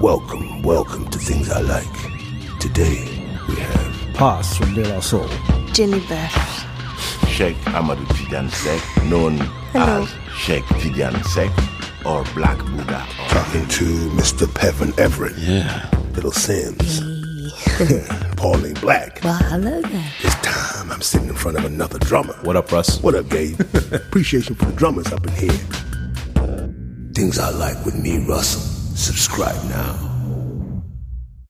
Welcome, welcome to Things I Like. Today we have Pass from De La Soul. Jennifer. Sheikh Amadou Tidiane Sek, known Hello. as Sheikh Tidiane Sek or Black Buddha. Talking to Mr. Pevin Everett. Yeah. Little Sims. Pauline Black. Well, hello there. This time I'm sitting in front of another drummer. What up, Russ? What up, Gabe? Appreciation for the drummers up in here. Things I like with me, Russell. Subscribe now.